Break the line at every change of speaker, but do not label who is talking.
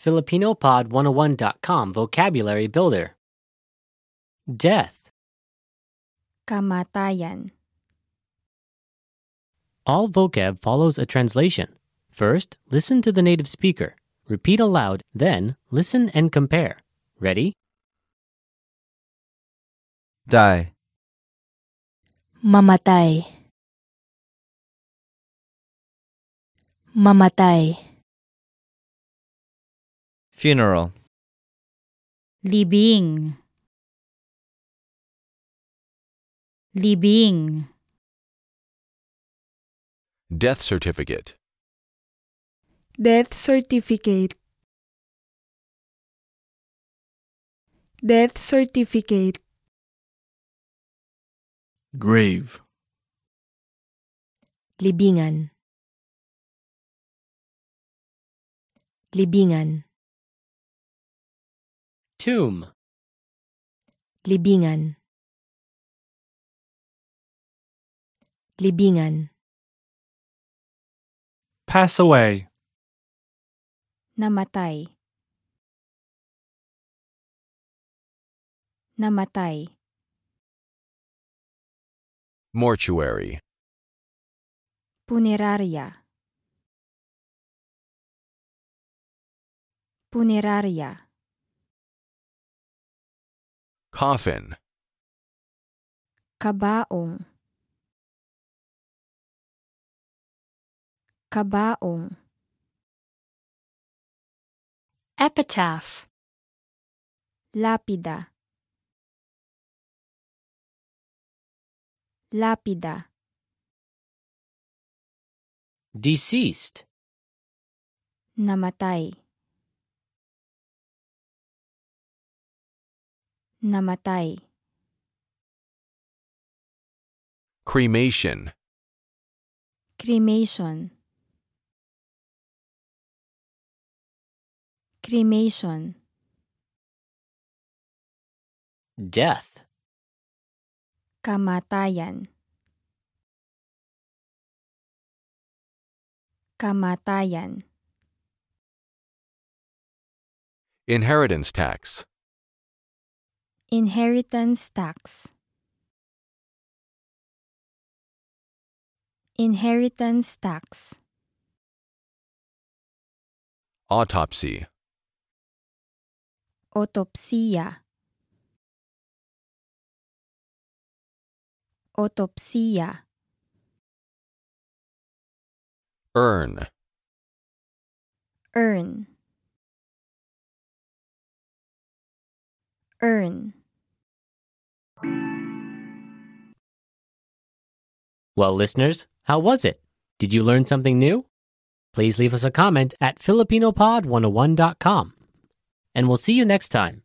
FilipinoPod101.com Vocabulary Builder. Death.
Kamatayan.
All vocab follows a translation. First, listen to the native speaker. Repeat aloud, then, listen and compare. Ready?
die,
Mamatay. Mamatay.
funeral,
Libing. Libing.
Death certificate.
Death certificate. Death certificate.
grave,
Libingan. Libingan.
Tomb.
Libingan. Libingan.
pass away,
Namatay. Namatay.
Mortuary.
Puneraria. Puneraria.
Coffin.
Kabaong. Kabaong.
Epitaph.
Lapida. Lapida.
Deceased.
Namatay. Namatay.
Cremation.
Cremation. Cremation.
Death.
Kamatayan. Kamatayan.
Inheritance tax.
Inheritance tax. Inheritance tax.
Autopsy.
Otopsiya. Otopsiya.
Urn.
Earn. Earn.
Well, listeners, how was it? Did you learn something new? oh Please leave us a comment at FilipinoPod101.com. And we'll see you next time.